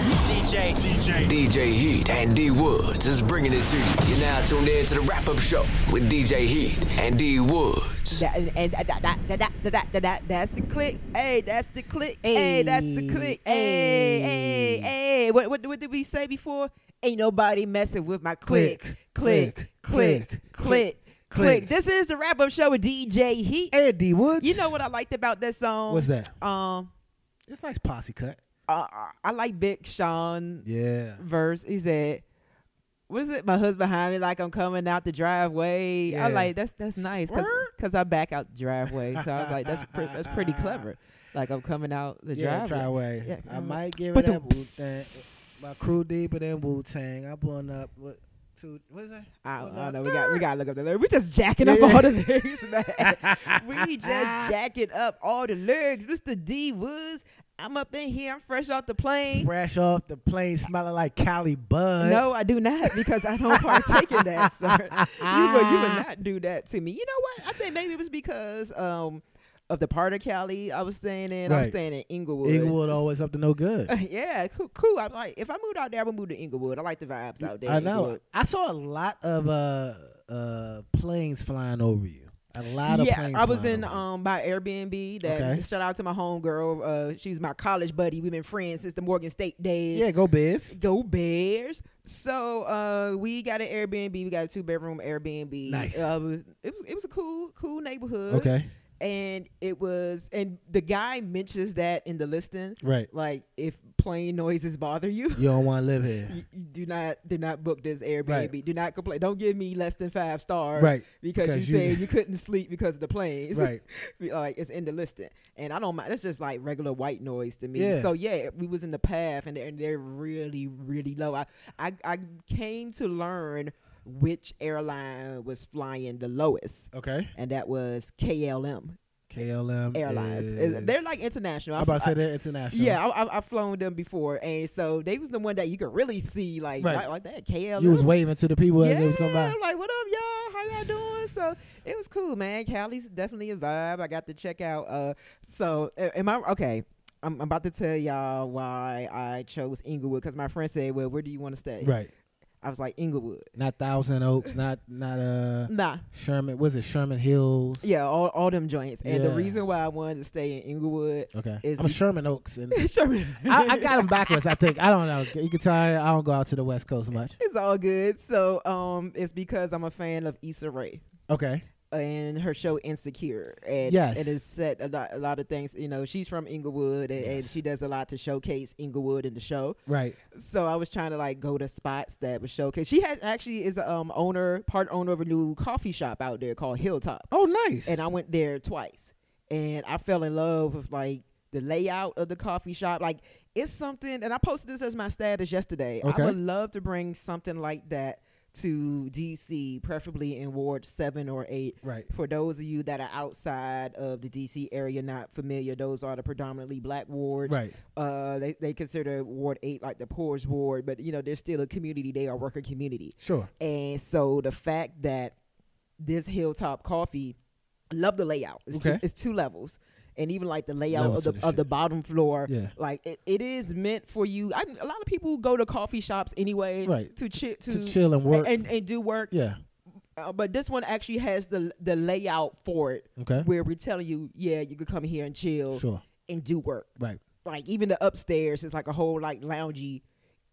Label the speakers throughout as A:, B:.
A: DJ. DJ.
B: DJ Heat and D Woods is bringing it to you. You're now tuned in to the wrap up show with DJ Heat and D Woods.
C: That, and that, that, that, that, that, that, that, that, that's the click. Hey, that's the click. Hey, that's the click. Hey, hey, hey. What, what, what did we say before? Ain't nobody messing with my click, click, click, click, click.
D: click.
C: This is the wrap up show with DJ Heat.
D: And D Woods.
C: You know what I liked about that song?
D: What's that?
C: Um,
D: It's nice posse cut.
C: uh, I like Big Sean
D: Yeah.
C: verse. He said, "What is it? My husband behind me, like I'm coming out the driveway."
D: Yeah.
C: I like that's that's nice
D: Word.
C: because I back out the driveway, so I was like, "That's pre- that's pretty clever." Like I'm coming out the
D: Yeah,
C: driveway.
D: driveway.
C: Yeah,
D: I
C: mm.
D: might give it
C: But
D: that
C: the
D: Wu Tang. My crew deeper than Wu Tang. I blown up. What? Two, what is that?
C: I don't, I
D: Well,
C: don't know.
D: that's
C: We got we
D: good.
C: got to look up the lyrics. We just jacking up
D: Yeah, yeah.
C: all the lyrics, man. we just jacking up all the lyrics, Mr. D Woods. I'm up in here. I'm fresh off the plane.
D: Fresh off the plane, smelling like Cali Bud.
C: No, I do not because I don't partake in that, sir. You would, you would not do that to me. You know what? I think maybe it was because um, of the part of Cali I was staying in. I was
D: Right.
C: staying in Inglewood.
D: Inglewood always up to no good.
C: yeah, cool, cool. I'm like, if I moved out there, I would move to Inglewood. I like the vibes out there.
D: I
C: in
D: know.
C: Inglewood.
D: I saw a lot of uh uh planes flying over you. A lot of
C: Yeah,
D: planes.
C: I was
D: flying
C: in
D: over you.
C: um by Airbnb. That
D: Okay.
C: shout out to my homegirl. Uh, she's my college buddy. We've been friends since the Morgan State days.
D: Yeah, go Biz.
C: Go Bears. So uh, we got an Airbnb. We got a two bedroom Airbnb.
D: Nice.
C: Uh, it was it was a cool cool neighborhood.
D: Okay.
C: And it was and the guy mentions that in the listing.
D: Right.
C: Like if plane noises bother you.
D: You don't want to live here.
C: You, you do not do not book this Airbnb.
D: Right.
C: Do not complain. Don't give me less than five stars,
D: Right.
C: Because,
D: Because
C: you,
D: you-
C: said you couldn't sleep because of the planes,
D: Right.
C: like it's in the listing, and I don't mind. That's just like regular white noise to me.
D: Yeah.
C: So yeah, we was in the path, and they're, and they're really really low. I, I I came to learn which airline was flying the lowest,
D: Okay.
C: and that was KLM
D: KLM
C: Airlines.
D: Is,
C: They're like international.
D: I'm
C: I-
D: about to
C: I-
D: say they're international.
C: yeah, I, I, I've flown them before, and so they was the one that you could really see, like
D: Right.
C: like, like that KL.
D: You was waving to the people
C: yeah,
D: as they was coming by.
C: I'm like, what up, y'all? How y'all doing? So it was cool, man. Cali's definitely a vibe. I got to check out. Uh, so a- am I okay? I'm, I'm about to tell y'all why I chose Inglewood because my friend said, "Well, where do you want to stay?"
D: Right.
C: I was like, Inglewood.
D: Not Thousand Oaks. Not not uh
C: Nah,
D: Sherman. Was it Sherman Hills?
C: yeah, all, all them joints. And the
D: Yeah.
C: reason why I wanted to stay in Inglewood,
D: Okay.
C: Is
D: I'm a
C: be-
D: Sherman Oaks, and
C: Sherman,
D: I, I got them backwards. I think I don't know. You can tell I don't go out to the West Coast much.
C: it's allissa So um, it's because I'm a fan of Issa Rae.
D: Okay.
C: and her show Insecure. And,
D: Yes.
C: and it's set a lot, a lot of things. You know, she's from Inglewood and, and she does a lot to showcase Inglewood in the show.
D: Right.
C: So I was trying to like go to spots that would showcase. She has actually is a um, owner, part owner of a new coffee shop out there called Hilltop.
D: Oh, nice.
C: And I went there twice and I fell in love with like the layout of the coffee shop. Like it's something, and I posted this as my status yesterday.
D: Okay.
C: I would love to bring something like that to DC, preferably in Ward 7 or 8
D: right.
C: for those of you that are outside of the DC area, not familiar, those are the predominantly black wards.
D: Right.
C: Uh, they, they consider Ward 8 like the poorest ward, but you know, they're still a community, they are a worker community.
D: Sure.
C: And so the fact that this Hilltop Coffee, I love the layout. It's,
D: Okay.
C: it's, it's two levels. And even like the layout
D: Levels
C: of the,
D: to the
C: of the
D: shit.
C: bottom floor,
D: Yeah.
C: like it, it is meant for you. I, a lot of people go to coffee shops anyway,
D: Right.
C: To, chi- to
D: To chill and work.
C: and, and do work.
D: yeah.
C: Uh, but this one actually has the the layout for it,
D: Okay.
C: where we're telling you, yeah, you could come here and chill
D: Sure.
C: and do work.
D: Right.
C: Like even the upstairs is like a whole like loungy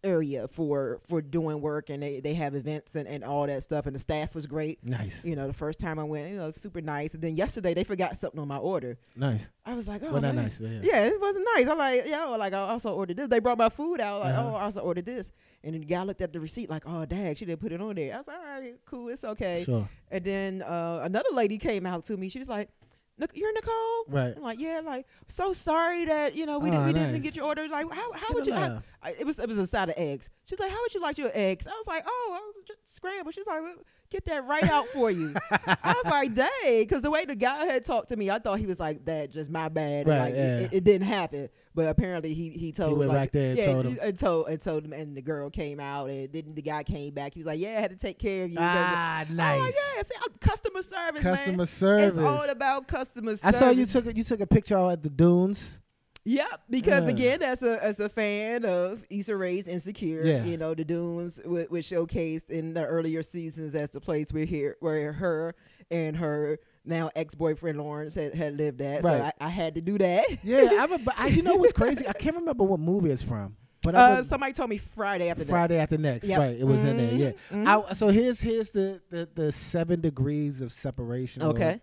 C: area for for doing work, and they they have events and and all that stuff. And the staff was great.
D: Nice.
C: You know, the first time I went, you know, super nice. And then yesterday they forgot something on my order.
D: Nice.
C: I was like, oh,
D: Well, not
C: man.
D: nice, but yeah.
C: it wasn't nice. I'm like, yo, like I also ordered this. They brought my food out. Like,
D: Uh-huh.
C: oh, I also ordered this. And then the guy looked at the receipt, like, oh, dang, she didn't put it on there. I was like, all right, cool, it's okay.
D: Sure.
C: And then uh, another lady came out to me. She was like, "Nic- "You're Nicole."
D: Right.
C: I'm like, "Yeah." Like, so sorry that you know we didn't
D: Oh,
C: we
D: nice.
C: didn't get your order. Like, how how
D: Get
C: would you? How,
D: alive.
C: I- it was it was a side of eggs. She's like, "How would you like your eggs?" I was like, "Oh, I was just scrambled." She's like, "We'll "Get that right out for you." I was like, "Dang," because the way the guy had talked to me, I thought he was like, "That just my bad." and,
D: Right,
C: like, it-
D: yeah.
C: it, it didn't happen, but apparently he he told
D: went
C: like,
D: back there and
C: yeah,
D: told
C: he-
D: him.
C: and told and told him, and the girl came out, and then the guy came back. He was like, "Yeah, I had to take care of you." because-
D: Ah,
C: Oh
D: nice.
C: yeah, see, I'm customer service.
D: Customer
C: man.
D: service.
C: It's all about customer
D: I
C: service.
D: saw you took a, you took a picture out at the dunes.
C: Yep, because
D: Ugh.
C: again, as a as a fan of Issa Rae's Insecure,
D: Yeah.
C: you know the Dunes was, was showcased in the earlier seasons as the place where here where her and her now ex boyfriend Lawrence had, had lived at. So I,
D: Right.
C: I had to do that.
D: Yeah, I, remember, I you know what's crazy? I can't remember what movie it's from, but I
C: Uh,
D: remember-
C: somebody told me Friday after that.
D: Friday after next,
C: Yep. Mm-hmm.
D: right? It was in there, yeah. I, so here's here's the, the the seven degrees of separation. or
C: Okay.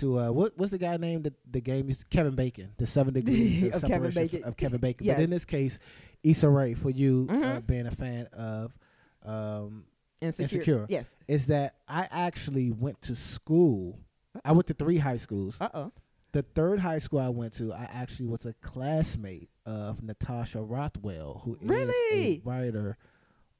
D: To uh, what what's the guy named that the game used Kevin Bacon, the seven degrees of,
C: Of
D: separation
C: Kevin
D: f-
C: Bacon.
D: of Kevin Bacon. But
C: Yes. Mm-hmm.
D: in this case, Issa Rae, for you uh, being a fan of um,
C: Insecure.
D: Insecure.
C: Yes.
D: is that I actually went to school. I went to three high schools.
C: Uh oh.
D: The third high school I went to, I actually was a classmate of Natasha Rothwell, who is
C: Really?
D: a writer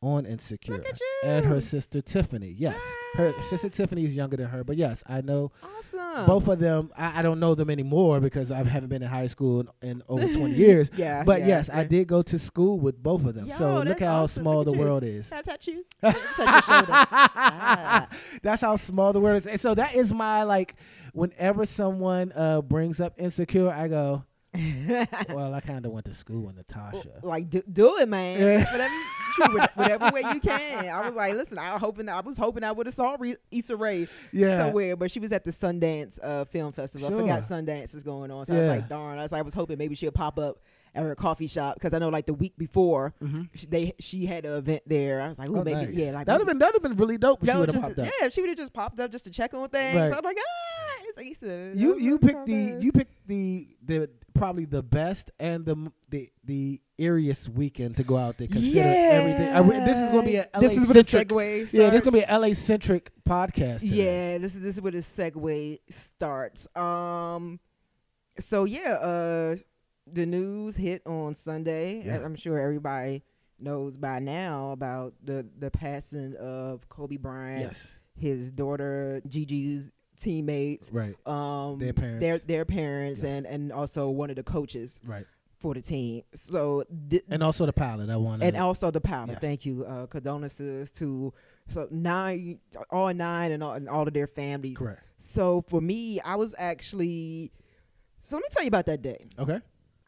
D: on Insecure.
C: Look at
D: And her
C: you.
D: sister Tiffany. Yes. Her sister Tiffany is younger than her, but yes, I know
C: Awesome.
D: both of them. I, I don't know them anymore because I haven't been in high school in, in over 20 years.
C: Yeah,
D: But
C: yeah,
D: yes,
C: yeah.
D: I did go to school with both of them.
C: Yo,
D: so look
C: that's
D: how
C: awesome.
D: small
C: Look
D: the
C: at you.
D: world is.
C: Can I touch you? Touch your shoulder. Ah.
D: That's how small the world is. And so that is my like whenever someone uh brings up insecure, I go, Well, I kinda went to school with Natasha.
C: like do, do it, man.
D: Yeah.
C: Whatever, shoot, with- whatever way you can. I was like, listen, I was hoping I was hoping I would have saw Re- Issa Rae
D: Yeah.
C: somewhere, but she was at the Sundance uh, Film Festival. I forgot
D: Sure.
C: Sundance is going on, so I was
D: Yeah.
C: like, darn. I was, like, I was hoping maybe she'll pop up at her coffee shop because I know like the week before she, they she had an event there. I was like, ooh,
D: Mm-hmm. Oh,
C: maybe
D: nice.
C: yeah, like
D: that'd have
C: maybe-
D: been that'd have been really dope if she
C: Yo,
D: would have
C: just-
D: popped up.
C: yeah, if she would have just popped up just to check on things.
D: Right.
C: I'm like, ah, it's Issa.
D: You you
C: That's
D: picked
C: all
D: the
C: good.
D: you picked the the probably the best and the m- the the eeriest weekend to go out there. Consider everything. I re- this is gonna be a LA
C: This is where the
D: centric.
C: segue
D: Yeah, this is
C: starts.
D: gonna be an LA centric podcast. today.
C: Yeah, this is this is where the segue starts. Um, so yeah, uh, the news hit on Sunday.
D: Yeah.
C: I- I'm sure everybody knows by now about the the passing of Kobe Bryant,
D: Yes.
C: his daughter Gigi's teammates,
D: Right.
C: um,
D: Their parents.
C: their their parents,
D: Yes.
C: and and also one of the coaches
D: Right.
C: for the team. So th-
D: And also the pilot. I want
C: and also the pilot.
D: Yes.
C: Thank you. Uh, condolences to so nine, all nine, and all, and all of their families.
D: correct.
C: So for me, I was actually. So let me tell you about that day.
D: Okay.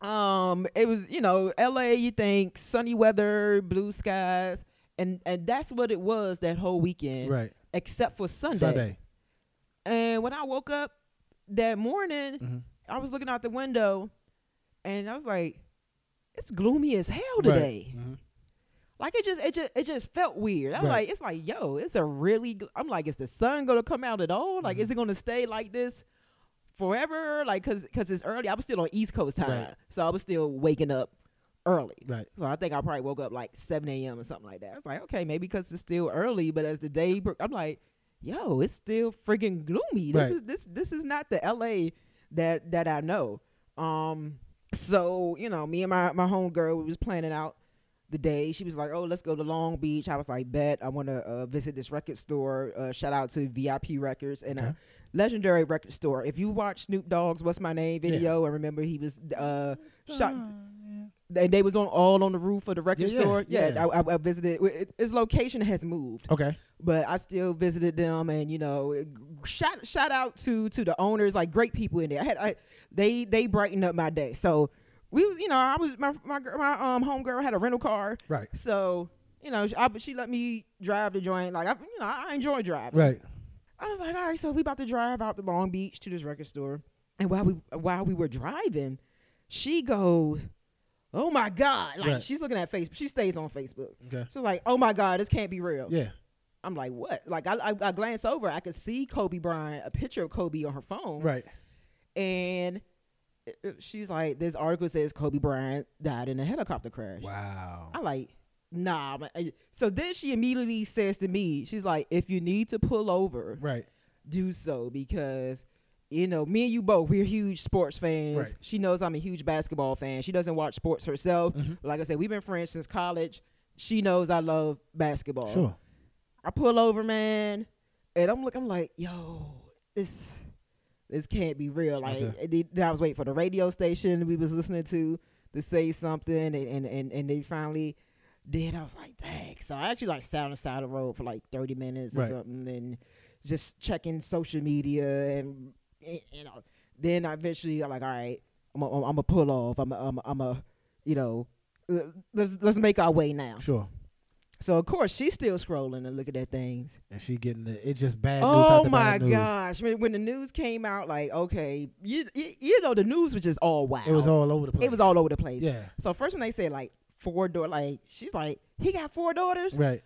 C: Um, it was you know L.A. You think sunny weather, blue skies, and and that's what it was that whole weekend,
D: Right.
C: Except for Sunday.
D: Sunday.
C: And when I woke up that morning,
D: Mhm.
C: I was looking out the window, and I was like, "It's gloomy as hell today."
D: Right. Mhm.
C: Like it just it just it just felt weird. I'm
D: Right.
C: like, it's like, yo, it's a really. gl- I'm like, is the sun gonna come out at all? Like,
D: Mm-hmm.
C: is it gonna stay like this forever? Like, cause cause it's early. I was still on East Coast time,
D: Right.
C: so I was still waking up early.
D: Right.
C: So I think I probably woke up like 7 a.m. or something like that. I was like, okay, maybe because it's still early, but as the day, pro- I'm like, yo, it's still friggin' gloomy. This
D: Right.
C: is this this is not the LA that that I know. Um, so you know, me and my my homegirl we was planning out the day. She was like, oh, let's go to Long Beach. I was like, bet I want to uh, visit this record store. Uh, shout out to VIP Records and a
D: Okay.
C: legendary record store. If you watch Snoop Dogg's "What's My Name"
D: Yeah.
C: video, and remember he was uh, shot and they was on all on the roof of the record
D: Yeah, yeah,
C: store. Yeah,
D: yeah.
C: I, I, I visited. w- It, its location has moved,
D: Okay.
C: but I still visited them, and you know, it- shout shout out to to the owners, like great people in there. I had I, they they brightened up my day. So we, was- you know, I was my my gir- my um homegirl had a rental car,
D: Right.
C: so you know, she, I, she let me drive the joint. Like I, you know, I enjoy driving.
D: Right.
C: I was like, all right, so we about to drive out to Long Beach to this record store, and while we while we were driving, she goes, "Oh my god!" Like
D: Right.
C: she's looking at Facebook. She stays on Facebook.
D: Okay.
C: She's like, "Oh my god, this can't be real."
D: Yeah.
C: I'm like, "What?" Like I, I I glance over, I could see Kobe Bryant, a picture of Kobe on her phone,
D: Right.
C: and it- it- she's like, "This article says Kobe Bryant died in a helicopter crash."
D: Wow.
C: I like, nah. man." I- So then she immediately says to me, she's like, "If you need to pull over."
D: Right.
C: do so because you know me and you both we're huge sports fans
D: Right.
C: she knows i'm a huge basketball fan she doesn't watch sports herself
D: Mm-hmm.
C: But like i said we've been friends since college she knows i love basketball
D: Sure.
C: i pull over man and i'm looking I'm like yo this this can't be real like
D: Okay.
C: and they- i was waiting for the radio station we was listening to to say something and and and, and they finally did i was like dang so i actually like sat on the side of the road for like 30 minutes or
D: Right.
C: something and just checking social media and eh, you know then I eventually I'm like all right I'm a, I'm a pull off. I'm a, I'm a, I'm a you know, l- let's let's make our way now.
D: Sure.
C: So of course she's still scrolling and looking at things.
D: And she getting the it's just bad news.
C: Oh
D: after
C: my
D: bad news.
C: gosh! When, when the news came out, like okay, you, you you know the news was just all wow.
D: It was all over the place.
C: It was all over the place.
D: Yeah.
C: So first when they said like four daughter, like she's like he got four daughters.
D: Right.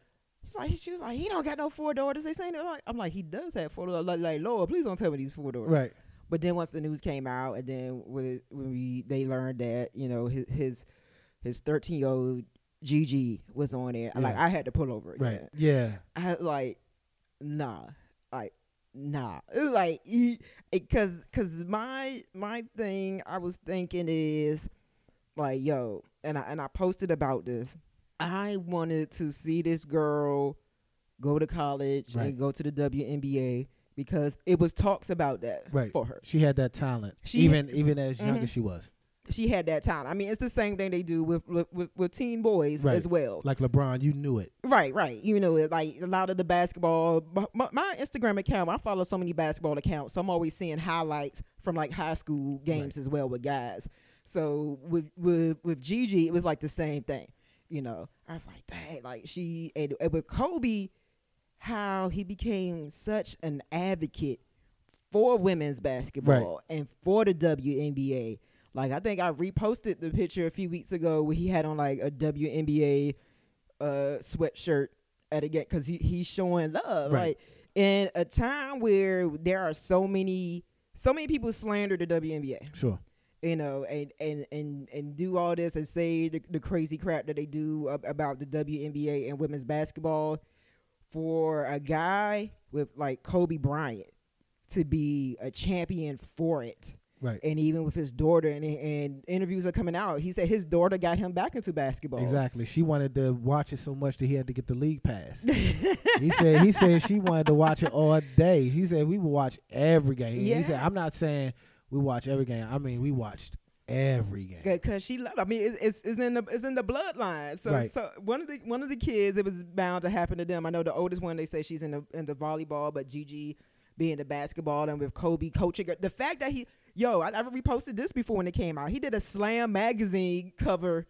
C: She's like she was like he don't got no four daughters. They saying it like I'm like he does have four daughters. Like, like Lord, please don't tell me these four daughters.
D: Right.
C: But then once the news came out, and then when, when we they learned that you know his his his 13 year old Gigi was on there, like
D: Yeah.
C: I had to pull over.
D: Right.
C: again.
D: Yeah.
C: I had, like nah, like nah, It was like e, because because my my thing I was thinking is like yo, and I and I posted about this. I wanted to see this girl go to college
D: Right.
C: and go to the WNBA because it was talks about that
D: Right.
C: for her.
D: She had that talent.
C: She-
D: even even as young
C: Mhm.
D: as she was.
C: she had that talent. I mean, it's the same thing they do with with, with, with teen boys
D: Right.
C: as well.
D: Like LeBron, you knew it.
C: right, right. You know, it, like a lot of the basketball. My, my- my Instagram account, I follow so many basketball accounts, so I'm always seeing highlights from like high school games as well with guys. So with with with Gigi, it was like the same thing. You know, I was like, dang, like she and, and with Kobe, how he became such an advocate for women's basketball and for the WNBA. Like I think I reposted the picture a few weeks ago where he had on like a WNBA uh, sweatshirt at a game because he, he's showing love.
D: Right.
C: Like in a time where there are so many so many people slander the WNBA
D: Sure.
C: you know, and and and and do all this and say the, the crazy crap that they do ab- about the WNBA and women's basketball for a guy with like Kobe Bryant to be a champion for it.
D: Right.
C: And even with his daughter and and interviews are coming out, he said his daughter got him back into basketball.
D: Exactly. She wanted to watch it so much that he had to get the league pass. he said he said she wanted to watch it all day. She said we would watch every game. He said
C: Yeah.
D: I'm not saying we watch every game. I mean we watched every game.
C: because she loved. I mean, it, it's it's in the it's in the bloodline. So
D: Right.
C: so one of the one of the kids, it was bound to happen to them. I know the oldest one. They say she's in the in the volleyball, but Gigi being the basketball and with Kobe coaching her. The fact that he yo, I, I reposted this before when it came out. He did a Slam magazine cover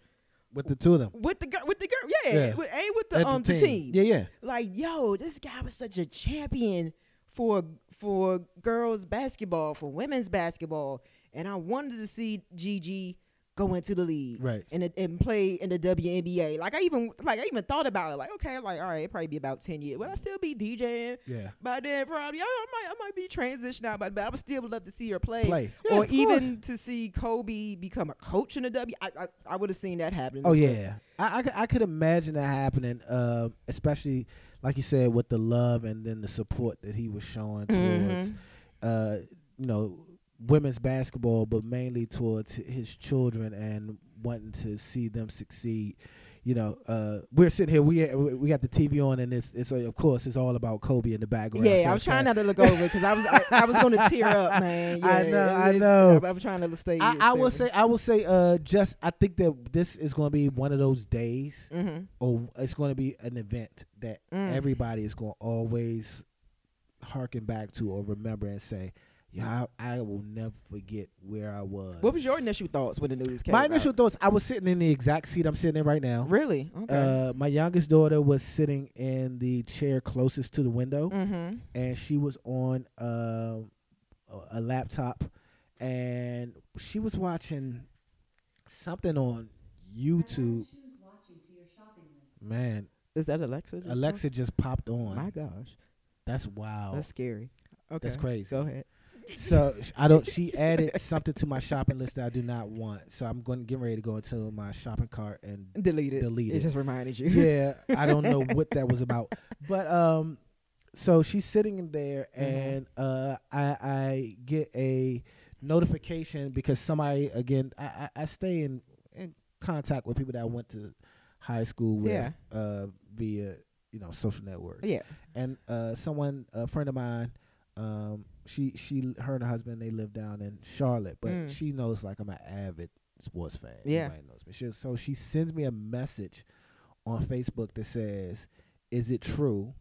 D: With the two of them.
C: with the girl with the girl, yeah,
D: Yeah.
C: With, and with the
D: At
C: um the team.
D: Yeah, yeah.
C: Like yo, this guy was such a champion for for girls basketball, for women's basketball, and I wanted to see Gigi go into the league,
D: Right.
C: and and play in the WNBA. Like I even like I even thought about it. Like okay, like all right, it'd probably be about ten years. Would I still be DJing?
D: Yeah.
C: By then, probably I, I might I might be transitioning out, but, but I would still love to see her play,
D: Play. Yeah,
C: or
D: of
C: even to see Kobe become a coach in the W. I I, I would have seen that happen.
D: Oh
C: as well.
D: yeah, I, I cou- I could imagine that happening, uh, especially like you said with the love and then the support that he was showing towards, uh, you know, women's basketball, but mainly towards hi- his children and wanting to see them succeed. You know, uh, we're sitting here. We we got the TV on, and it's it's uh, of course it's all about Kobe in the background.
C: Yeah,
D: so
C: I was
D: it's
C: trying
D: kinda-
C: not to look over because I was I, I was gonna tear up, man. Yeah,
D: I know, I
C: it's-
D: know.
C: I, was trying to stay.
D: I, I will say, I will say, uh, just I think that this is going to be one of those days
C: hmm
D: or it's going to be an event that
C: Mm.
D: everybody is going to always harken back to or remember and say, "Yeah, I, I will never forget where I was."
C: What was your initial thoughts when the news came?
D: My
C: out?
D: initial thoughts? I was sitting in the exact seat I'm sitting in right now.
C: really okay.
D: Uh, my youngest daughter was sitting in the chair closest to the window,
C: mm-hmm.
D: and she was on um a a laptop, and she was watching something on YouTube. Man,
C: Is that Alexa? just
D: Alexa just popped
C: on?
D: on.
C: My gosh,
D: That's wild.
C: that's scary. Okay,
D: That's crazy.
C: Go ahead.
D: So sh- I don't. She added something to my shopping list that I do not want. So I'm going get ready to go into my shopping cart and
C: Delete it.
D: Delete
C: it.
D: it.
C: just reminded you.
D: yeah, I don't know what that was about. But um, so she's sitting in there,
C: Mm-hmm.
D: and uh, I I get a notification because somebody again I I, I stay in in contact with people that I went to high school with
C: Yeah.
D: uh, via you know social networks.
C: yeah.
D: and uh, someone a friend of mine um, she she her and her husband they live down in charlotte but
C: Mm.
D: she knows like i'm an avid sports fan
C: Yeah.
D: Everybody knows me she, so she sends me a message on facebook that says is it true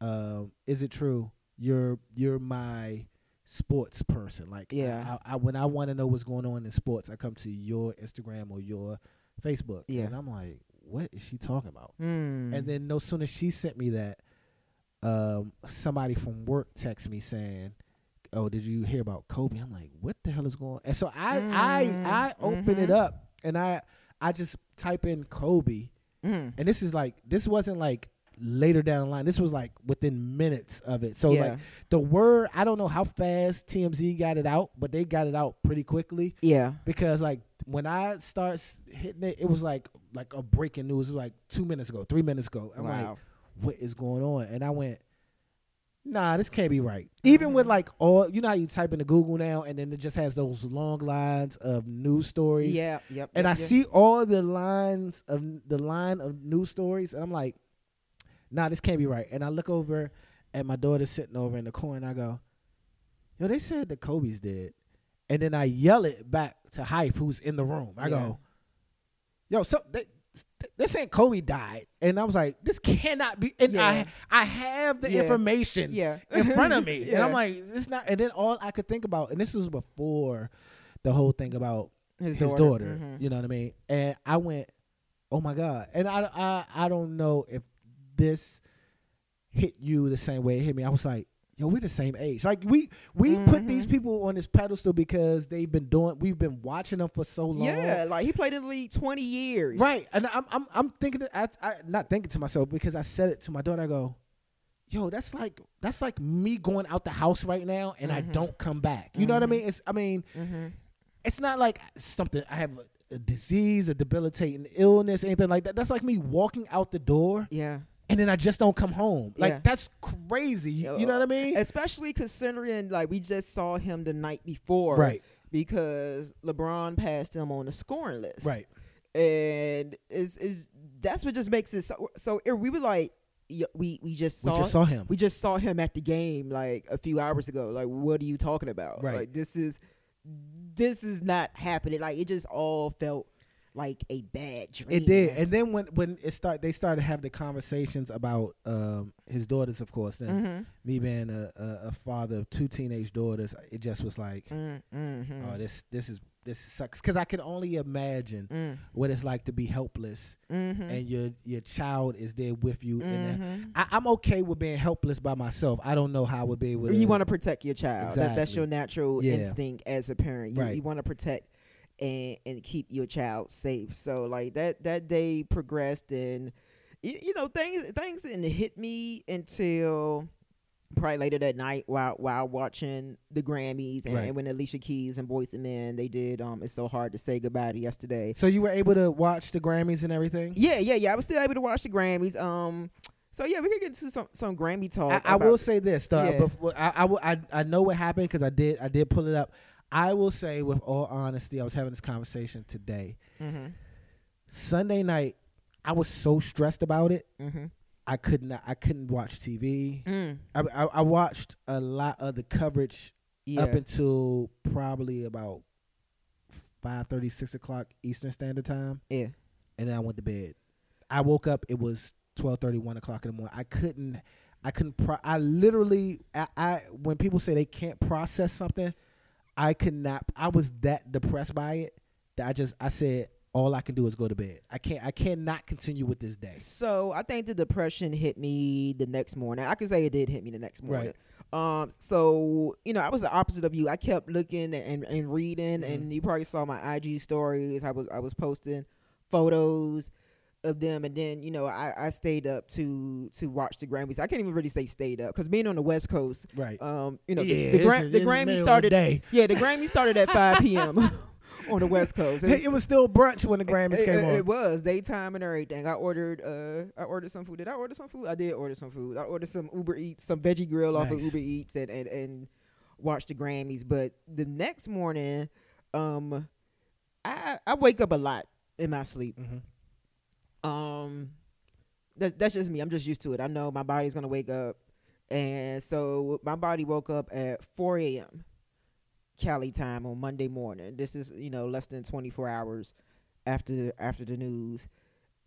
D: um, is it true you're you're my sports person. Like,
C: Yeah.
D: I, I, when I want to know what's going on in sports, I come to your Instagram or your Facebook.
C: Yeah.
D: and I'm like, what is she talking about?
C: Mm.
D: And then no sooner she sent me that, um, somebody from work texted me saying, "Oh, did you hear about Kobe?" I'm like, "What the hell is going?" on? And so I
C: Mm,
D: I I open it
C: mhm.
D: up and I I just type in Kobe,
C: Mm.
D: and this is like this wasn't like later down the line. This was like within minutes of it. So
C: Yeah.
D: like the word I don't know how fast TMZ got it out, but they got it out pretty quickly
C: yeah.
D: because like when I start s- hitting it, it was like like a breaking news. It was like two minutes ago, three minutes ago. I'm like,
C: Wow.
D: what is going on? And I went, nah, this can't be right. Even with like all, you know how you type into Google now, and then it just has those long lines of news stories.
C: Yeah. Yep.
D: And I
C: yep, yep.
D: see all the lines of the line of news stories, and I'm like, nah, this can't be right. And I look over at my daughter sitting over in the corner, and I go, yo, they said the Kobe's dead. And then I yell it back to Hype, who's in the room. I
C: Yeah.
D: go, yo, so they, they're saying Kobe died. And I was like, this cannot be. And
C: Yeah.
D: I, I have the
C: Yeah.
D: information
C: Yeah.
D: in front of me. And I'm
C: Yeah.
D: like, it's not. And then all I could think about, and this was before the whole thing about his,
C: His
D: daughter. Mm-hmm.
C: daughter, mhm.
D: You know what I mean? And I went, oh my god. And I, I I don't know if this hit you the same way it hit me. I was like, yo, we're the same age. Like we we put these people on this pedestal because they've been doing. We've been watching them for so long.
C: Yeah, like he played in the league twenty years.
D: Right. And I'm I'm I'm thinking that- I, I not thinking to myself because I said it to my daughter. I go, yo, that's like that's like me going out the house right now and I don't come back. You know what I mean? It's I mean,
C: Mm-hmm.
D: it's not like something I have a, a disease, a debilitating illness, anything like that. That's like me walking out the door
C: Yeah.
D: and then I just don't come home. Like
C: Yeah.
D: that's crazy. You, you know what I mean?
C: Especially considering like we just saw him the night before,
D: Right.
C: Because LeBron passed him on the scoring list,
D: Right.
C: And is is that's what just makes it so. So ir- we were like, y- we we just
D: We
C: saw
D: just saw him.
C: we just saw him at the game like a few hours ago. Like, what are you talking about?
D: Right.
C: Like this is this is not happening. Like it just all felt like a bad dream.
D: It did, and then when when it start, they started to have the conversations about um, his daughters, of course. And
C: Mm-hmm.
D: me being a, a, a father of two teenage daughters, it just was like,
C: Mm-hmm.
D: oh, this this is this sucks. Because I can only imagine
C: Mm.
D: what it's like to be helpless,
C: Mm-hmm.
D: and your your child is there with you. And I, I'm okay with being helpless by myself. I don't know how I would be able. To,
C: you want to protect your child. That, that's
D: Exactly.
C: your natural
D: Yeah.
C: instinct as a parent. You,
D: Right.
C: you want to protect and and keep your child safe. So like that that day progressed and you, you know things things didn't hit me until probably later that night while while watching the Grammys and,
D: Right.
C: when Alicia Keys and Boyz II Men they did um it's so hard to say goodbye to yesterday.
D: So you were able to watch the Grammys and everything.
C: Yeah, yeah, yeah. I was still able to watch the Grammys. Um, so yeah, we could get into some some Grammy talk.
D: I, I
C: Oh, about-
D: will say this though.
C: Yeah.
D: Before, I, I, will- I I know what happened because I did I did pull it up. I will say with all honesty, I was having this conversation today.
C: Mm-hmm.
D: Sunday night, I was so stressed about it.
C: Mm-hmm.
D: I could not. I couldn't watch TV.
C: Mm.
D: I, I, I watched a lot of the coverage
C: yeah.
D: up until probably about five thirty, six o'clock Eastern Standard Time,
C: yeah.
D: and then I went to bed. I woke up. It was 12:30, 1 o'clock in the morning. I couldn't. I couldn't. Pro- I literally. I, I when people say they can't process something, I could not. I was that depressed by it that I just. I said all I can do is go to bed. I can't. I cannot continue with this day.
C: So I think the depression hit me the next morning. I can say it did hit me the next morning. Um, so you know, I was the opposite of you. I kept looking and, and reading,
D: Mm-hmm.
C: and you probably saw my IG stories. I was I was posting photos of them, and then you know, I, I stayed up to to watch the Grammys. I can't even really say stayed up because being on the West Coast,
D: Right.
C: Um, you know, the-
D: Yeah,
C: the,
D: it's
C: Gra-
D: a-
C: the
D: it's middle
C: Grammy
D: of the
C: started.
D: day.
C: Yeah, the Grammy started at five p.m. on the West Coast. It was
D: It was still brunch when the Grammys
C: it,
D: came
C: it-
D: on.
C: it was daytime and everything. I ordered uh I ordered some food. Did I order some food? I did order some food. I ordered some Uber Eats, some veggie grill off of
D: Nice.
C: Uber Eats and, and and watched the Grammys. But the next morning, um I I wake up a lot in my sleep.
D: Mm-hmm.
C: Um that, that's just me. I'm just used to it. I know my body's gonna wake up. And so my body woke up at four AM Cali time on Monday morning. This is, you know, less than twenty four hours after after the news.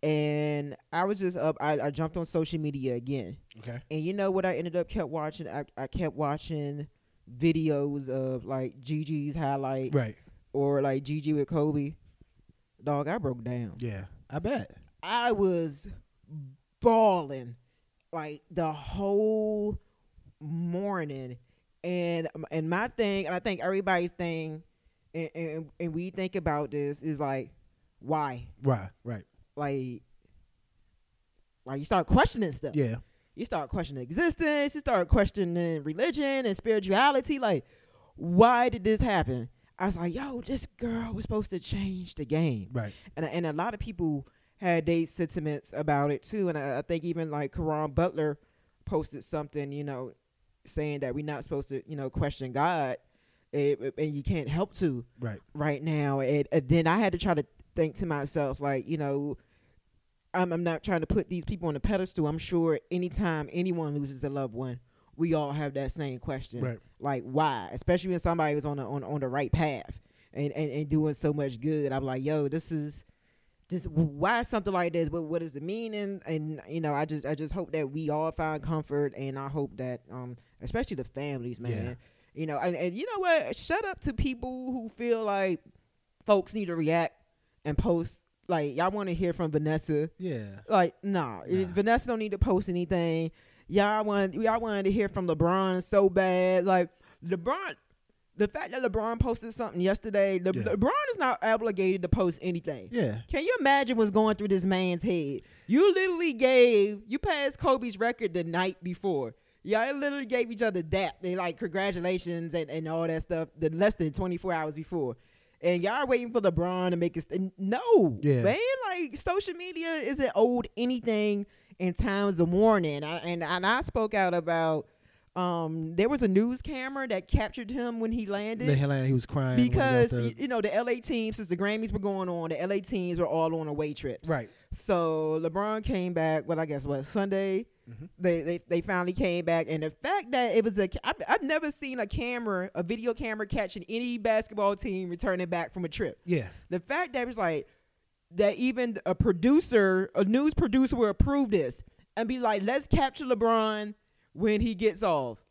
C: And I was just up. I, I jumped on social media again.
D: okay.
C: And you know what I ended up kept watching? I, I kept watching videos of like Gigi's highlights,
D: Right.
C: Or like Gigi with Kobe. Dog, I broke down.
D: Yeah. I bet.
C: I was bawling like the whole morning, and and my thing, and I think everybody's thing, and and, and we think about this is like, why?
D: Right. Right.
C: Like, like you start questioning stuff.
D: Yeah.
C: You start questioning existence. You start questioning religion and spirituality. Like, why did this happen? I was like, yo, this girl was supposed to change the game
D: Right.
C: and and a lot of people had their sentiments about it too. And I, I think even like Karan Butler posted something, you know, saying that we're not supposed to, you know, question God, eh, and you can't help to
D: Right.
C: right now. And, and then I had to try to think to myself, like, you know, I'm, I'm not trying to put these people on a pedestal. I'm sure anytime anyone loses a loved one, we all have that same question.
D: Right.
C: Like, why? Especially when somebody was on the, on, on the right path and, and, and doing so much good. I'm like, yo, this is. Just why something like this? What what is the meaning? And you know, I just I just hope that we all find comfort, and I hope that um especially the families, man,
D: Yeah.
C: you know, and, and you know what? Shut up to people who feel like folks need to react and post. Like y'all want to hear from Vanessa.
D: Yeah.
C: Like nah, it-
D: Nah.
C: Vanessa don't need to post anything. Y'all want y'all wanted to hear from LeBron so bad. Like LeBron, the fact that LeBron posted something yesterday, Le-
D: Yeah.
C: LeBron is not obligated to post anything.
D: Yeah.
C: Can you imagine what's going through this man's head? You literally gave you passed Kobe's record the night before. Y'all literally gave each other that. They like congratulations and, and all that stuff the less than 24 hours before. And y'all waiting for LeBron to make it. St- no,
D: Yeah.
C: man. Like social media isn't owed anything in times of mourning. I, and and I spoke out about um there was a news camera that captured him when he landed
D: The headline, he was crying when he
C: because
D: got
C: y-
D: the-
C: you know the LA team since the Grammys were going on, the LA teams were all on away trips.
D: right.
C: So LeBron came back. Well, I guess what Sunday.
D: Mhm.
C: They, they they finally came back, and the fact that it was a ca- I've, I've never seen a camera, a video camera catching any basketball team returning back from a trip.
D: Yeah.
C: The fact that it was like that, even a producer, a news producer, will approve this and be like, "Let's capture LeBron when he gets off,"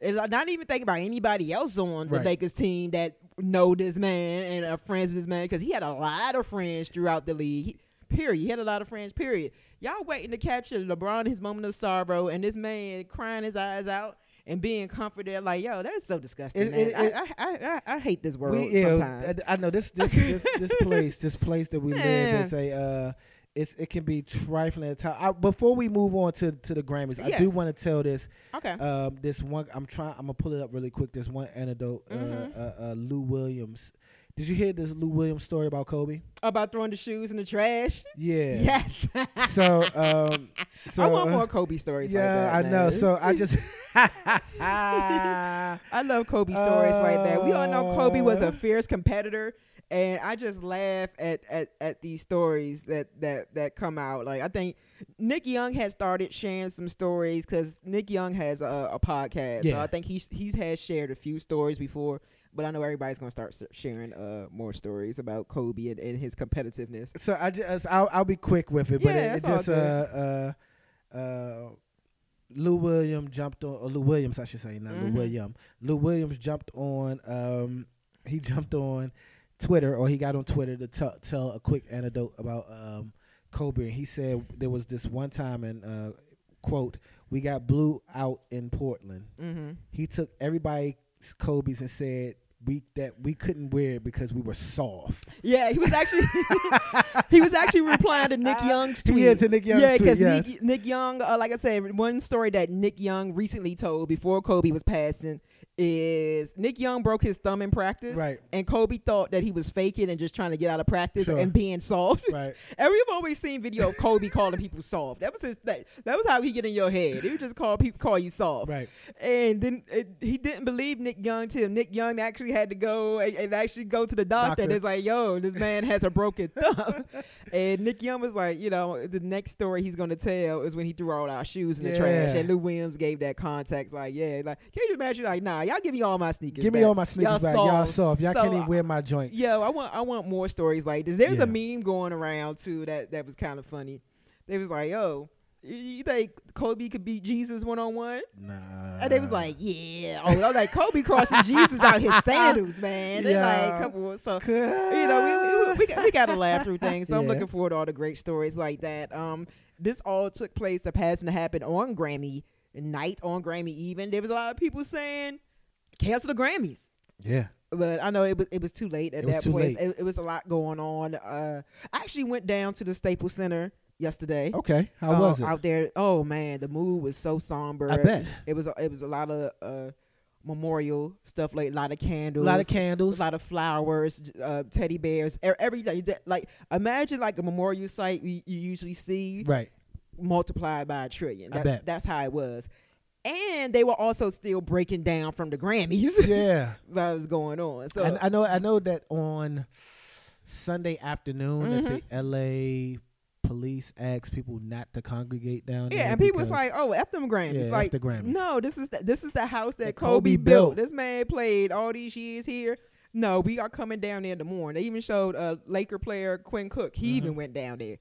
C: and like, not even think about anybody else on the
D: Right.
C: Lakers team that know this man and are friends with this man because he had a lot of friends throughout the league. He- Period. He had a lot of friends. Period. Y'all waiting to capture LeBron his moment of sorrow and this man crying his eyes out and being comforted like, yo, that's so disgusting.
D: It-
C: man.
D: it- it-
C: I, I, I I hate this world
D: We, yeah,
C: sometimes.
D: I, I know this this this, this place this place that we live
C: Yeah.
D: is a uh, it's it can be trifling at times. I, before we move on to to the Grammys, I do
C: Yes.
D: want to tell this
C: okay.
D: um, this one. I'm trying. I'm gonna pull it up really quick. This one anecdote.
C: Mhm.
D: Uh, uh, uh, Lou Williams. Did you hear this Lou Williams story about Kobe?
C: about throwing the shoes in the trash.
D: Yeah.
C: Yes.
D: So, um, so
C: I want more Kobe stories. like
D: Yeah,
C: that,
D: I know.
C: man.
D: So I just.
C: I love Kobe stories like that. We all know Kobe was
D: Uh,
C: a fierce competitor, and I just laugh at at, at these stories that that that come out. Like I think Nick Young had started sharing some stories because Nick Young has a, a podcast, so
D: Yeah.
C: I think he's he's has shared a few stories before. But I know everybody's gonna start s- sharing uh, more stories about Kobe and, and his competitiveness.
D: so I just I'll, I'll be quick with it, but
C: Yeah,
D: it, it
C: that's all
D: just uh, uh uh Lou Williams jumped on or Lou Williams I should say not
C: Mhm.
D: Lou William Lou Williams jumped on um he jumped on Twitter or he got on Twitter to tell tell a quick anecdote about um Kobe and he said there was this one time and uh quote we got blew out in Portland
C: Mm-hmm.
D: he took everybody's Kobe's and said we that we couldn't wear it because we were soft.
C: Yeah, he was actually he was actually replying to Nick Young's tweet.
D: Yeah, to Nick Young's
C: yeah,
D: tweet, yes.
C: Nick, Nick Young, uh, like I said, one story that Nick Young recently told before Kobe was passing is Nick Young broke his thumb in practice,
D: Right.
C: And Kobe thought that he was faking and just trying to get out of practice
D: Sure.
C: and being soft.
D: Right.
C: and we've always seen video of Kobe calling people soft. That was his that, that was how he get in your head. He would just call people call you soft.
D: Right.
C: And then it, he didn't believe Nick Young till Nick Young actually had to go and, and actually go to the doctor. And
D: Doctor.
C: it's like, yo, this man has a broken thumb. and Nick Young was like, you know, the next story he's gonna tell is when he threw all our shoes in the trash.
D: Yeah.
C: And Lou Williams gave that context, like, yeah, like, can you imagine? Like, nah, y'all give me all my sneakers.
D: Give me
C: back.
D: all my sneakers
C: Y'all
D: back. Y'all
C: soft.
D: soft. Y'all
C: So, uh,
D: can't even wear my joints.
C: Yo, I want I want more stories like this. There's a
D: Yeah.
C: meme going around too that that was kind of funny. They was like, "Yo, You- You think Kobe could beat Jesus one on one?
D: Nah.
C: And they was like, yeah. Oh, I was like, Kobe crossing Jesus out his sandals, man. They
D: Yeah.
C: like, come on. So, you know, we, we, we, got- we got to laugh through things. So I'm
D: Yeah.
C: looking forward to all the great stories like that. Um, This all took place, the passing happened on Grammy night, on Grammy even. There was a lot of people saying, cancel the Grammys.
D: yeah.
C: But I know it was it was too late at
D: It was
C: that
D: too
C: point.
D: late.
C: It, it was a lot going on. Uh, I actually went down to the Staples Center yesterday.
D: Okay. How
C: uh,
D: was it?
C: out there? Oh man, the mood was so somber.
D: I bet.
C: it was. A, it was a lot of uh, memorial stuff, like a lot of
D: A
C: candles,
D: lot of candles.
C: a lot of flowers, j- uh, teddy bears, e- everything. that- Like imagine like a memorial site we, you usually see
D: right.
C: multiplied by a trillion.
D: I
C: That-
D: bet.
C: That's how it was. And they were also still breaking down from the Grammys
D: Yeah.
C: that was going on. So
D: I, I know. I know that on Sunday afternoon,
C: Mm-hmm.
D: that the L.A. police asked people not to congregate down there.
C: Yeah, and people was
D: because-
C: like, "Oh, F them
D: Yeah,
C: Grammys."
D: F
C: like
D: the Grammys.
C: No, this is the, this is the house that,
D: That
C: Kobe,
D: Kobe
C: built.
D: built.
C: This man played all these years here. No, we are coming down there in the morning. They even showed uh, Laker player Quinn Cook. He even
D: Mm-hmm.
C: went down there.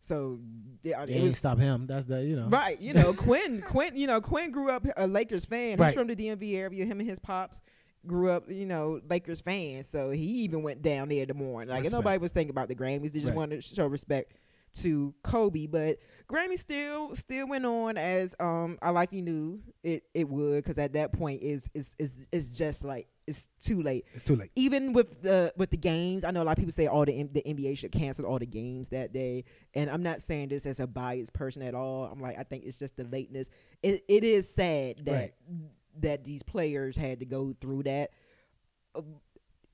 C: So yeah,
D: they
C: it
D: didn't
C: was
D: stop him. That's the you know.
C: right. You know, Quinn Quinn. You know, Quinn grew up a Lakers fan.
D: Right.
C: He's from the DMV area. Him and his pops grew up. You know, Lakers fans. So he even went down there in the morning. Like and
D: Respect.
C: nobody was thinking about the Grammys. They just
D: Right.
C: wanted to show respect to Kobe. But Grammy still still went on as um I like you knew it it would because at that point is is is it's just like it's too late.
D: It's too late.
C: Even with the with the games, I know a lot of people say all the N- the NBA should cancel all the games that day, and I'm not saying this as a biased person at all. I'm like I think it's just the lateness. It it is sad that
D: Right.
C: that these players had to go through that.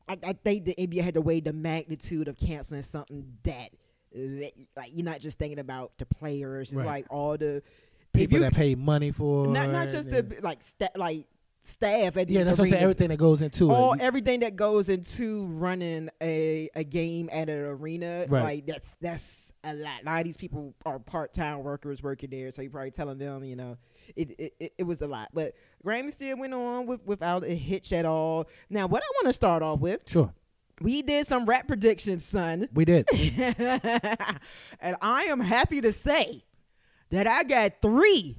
C: I, I think the NBA had to weigh the magnitude of canceling something that, that- like you're not just thinking about the players, it's
D: Right.
C: like all the if
D: People
C: you
D: that pay money for
C: not not just
D: and-
C: the like sta- like staff at
D: yeah.
C: these
D: That's what I'm saying.
C: arenas,
D: Everything that goes into
C: all e-,
D: it.
C: everything that goes into running a, a game at an arena,
D: Right.
C: like that's that's a lot. A lot of these people are part time workers working there, so you're probably telling them, you know, it it, it, it was a lot. But Grammy still went on with, without a hitch at all. Now, what I want to start off with,
D: sure.
C: we did some rap predictions, son,
D: We did.
C: and I am happy to say that I got three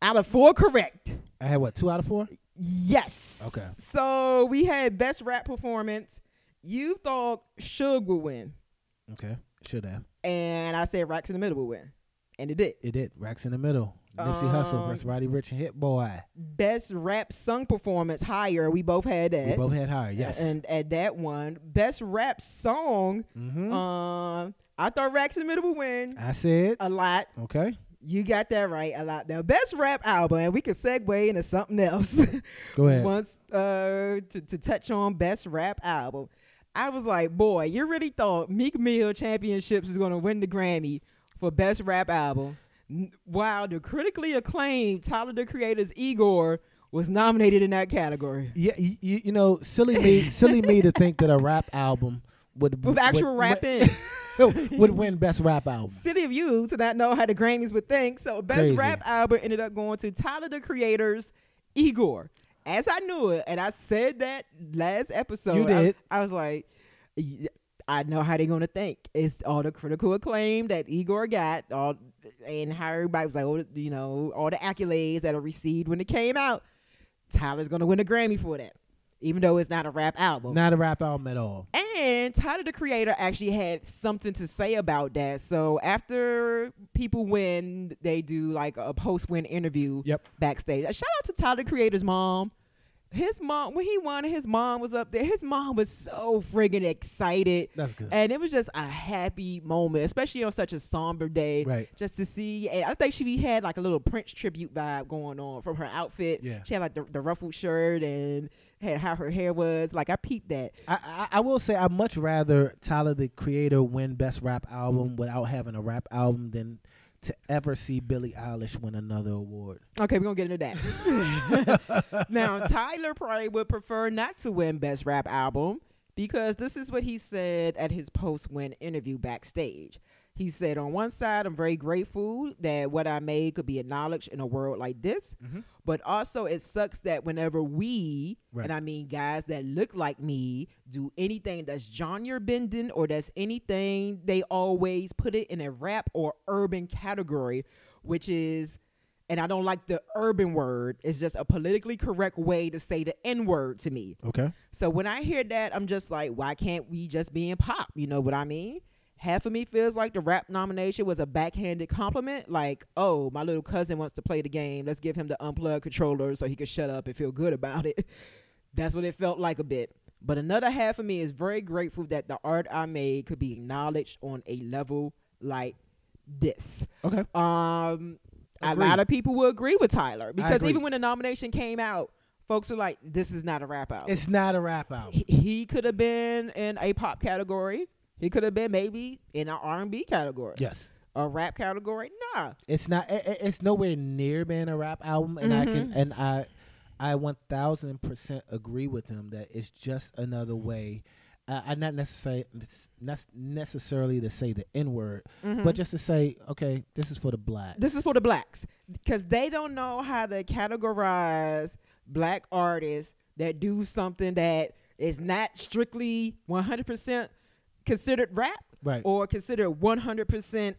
C: out of four correct.
D: I had what two out of four.
C: Yes.
D: Okay.
C: So we had best rap performance. You thought Suge would win,
D: Okay. Should have.
C: and I said Racks in the Middle would win, and it did.
D: It did. Racks in the middle. Nipsey Hussle
C: Um,
D: versus Roddy Rich and Hit Boy.
C: Best rap sung performance higher. We both had that.
D: We both had higher. Yes.
C: And at that one, best rap song.
D: Mhm.
C: Um, I thought Racks in the Middle would win
D: I said.
C: a lot.
D: Okay.
C: You got that right a lot. Now, best rap album, and we could segue into something else.
D: Go ahead.
C: Once uh, to, to touch on best rap album, I was like, boy, you really thought Meek Mill Championships was going to win the Grammy for best rap album, n- while the critically acclaimed Tyler the Creator's Igor was nominated in that category.
D: Yeah, you, you know, silly me, silly me to think that a rap album would
C: With actual
D: would-
C: rapping,
D: would, would win best rap album.
C: City of You to not know how the Grammys would think. So best
D: Crazy.
C: rap album ended up going to Tyler the Creator's Igor. As I knew it, and I said that last episode.
D: You
C: I-
D: did.
C: I, was like, "Y- I know how they're gonna think. It's all the critical acclaim that Igor got, all and how everybody was like, oh, you know, all the accolades that it received when it came out. Tyler's gonna win a Grammy for that, even though it's not a rap album.
D: Not a rap album at all.
C: And Tyler the Creator actually had something to say about that. So after people win, they do like a post win interview
D: Yep.
C: backstage. Uh, Shout out to Tyler the Creator's mom. His mom, when he won, his mom was up there. His mom was so friggin' excited.
D: That's good.
C: And it was just a happy moment, especially on such a somber day.
D: Right.
C: Just to see, and I think she had like a little Prince tribute vibe going on from her outfit.
D: Yeah.
C: She had like the, the ruffled shirt and had how her hair was. Like I peeped that.
D: I, I I will say I much rather Tyler the Creator win best rap album without having a rap album than to ever see Billie Eilish win another award.
C: Okay, we're gonna get into that. now, Tyler probably would prefer not to win Best Rap Album because this is what he said at his post win interview backstage. He said, On one side, I'm very grateful that what I made could be acknowledged in a world like this. But also, it sucks that whenever we,
D: Right.
C: and I mean guys that look like me, do anything that's genre bending or that's anything, they always put it in a rap or urban category, which is, and I don't like the urban word, it's just a politically correct way to say the N word to me.
D: Okay.
C: So when I hear that, I'm just like, why can't we just be in pop? You know what I mean? Half of me feels like the rap nomination was a backhanded compliment, like, oh, my little cousin wants to play the game. Let's give him the unplugged controller so he can shut up and feel good about it. That's what it felt like a bit. But another half of me is very grateful that the art I made could be acknowledged on a level like this.
D: Okay.
C: Um, a
D: Agreed.
C: lot of people will agree with Tyler because
D: agree.
C: even when the nomination came out, folks were like, "This is not a rap album."
D: It's not a rap album.
C: he he could have been in a pop category. He could have been maybe in an R and B category,
D: Yes.
C: a rap category. Nah,
D: It's not. It, it- it's nowhere near being a rap album, and I
C: Mm-hmm.
D: can and I, I one thousand percent agree with him that it's just another way. I, I not necessarily not necessarily to say the n word, but just to say, okay, this is for the black.
C: Mm-hmm. this is for the blacks because they don't know how to categorize black artists that do something that is not strictly one hundred percent considered rap,
D: Right.
C: or considered one hundred percent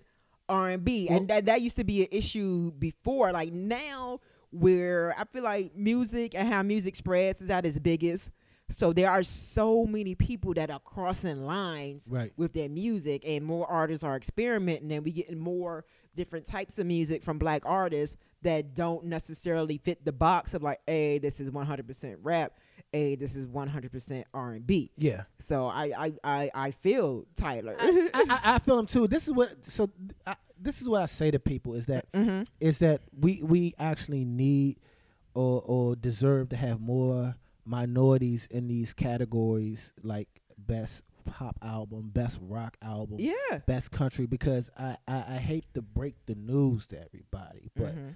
C: R and B, and that that used to be an issue before. Like now, where I feel like music and how music spreads is at its biggest. So there are so many people that are crossing lines
D: Right.
C: with their music, and more artists are experimenting, and we getting more different types of music from black artists that don't necessarily fit the box of like, hey, this is one hundred percent rap, hey, this is one hundred percent R and B.
D: Yeah.
C: So I I I, I feel Tyler.
D: Uh-huh. I, I, I feel him too. This is what so th- I, this is what I say to people is that is that we we actually need or or deserve to have more minorities in these categories like best pop album, best rock album,
C: yeah.
D: best country because I, I I hate to break the news to everybody, but
C: Mm-hmm.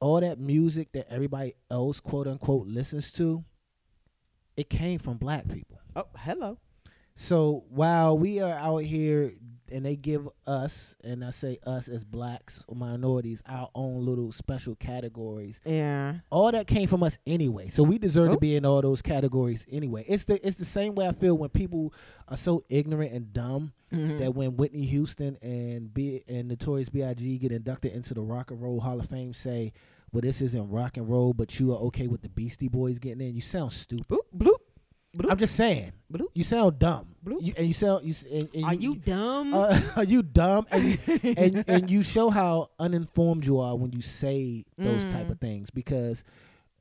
D: all that music that everybody else quote unquote listens to, it came from black people.
C: Oh, hello.
D: So while we are out here and they give us, and I say us as blacks or minorities, our own little special categories,
C: Yeah.
D: all that came from us anyway. So we deserve
C: Oh.
D: to be in all those categories anyway. It's the it's the same way I feel when people are so ignorant and dumb that when Whitney Houston and B and Notorious B.I.G. get inducted into the Rock and Roll Hall of Fame, say, "Well, this isn't rock and roll, but you are okay with the Beastie Boys getting in." You sound stupid.
C: Boop bloop.
D: I'm just saying.
C: Bloop.
D: You sound dumb.
C: Bloop.
D: You, and you sound. You, s- and, and
C: Are you dumb?
D: uh, are you dumb? And, and and you show how uninformed you are when you say those
C: Mm.
D: type of things because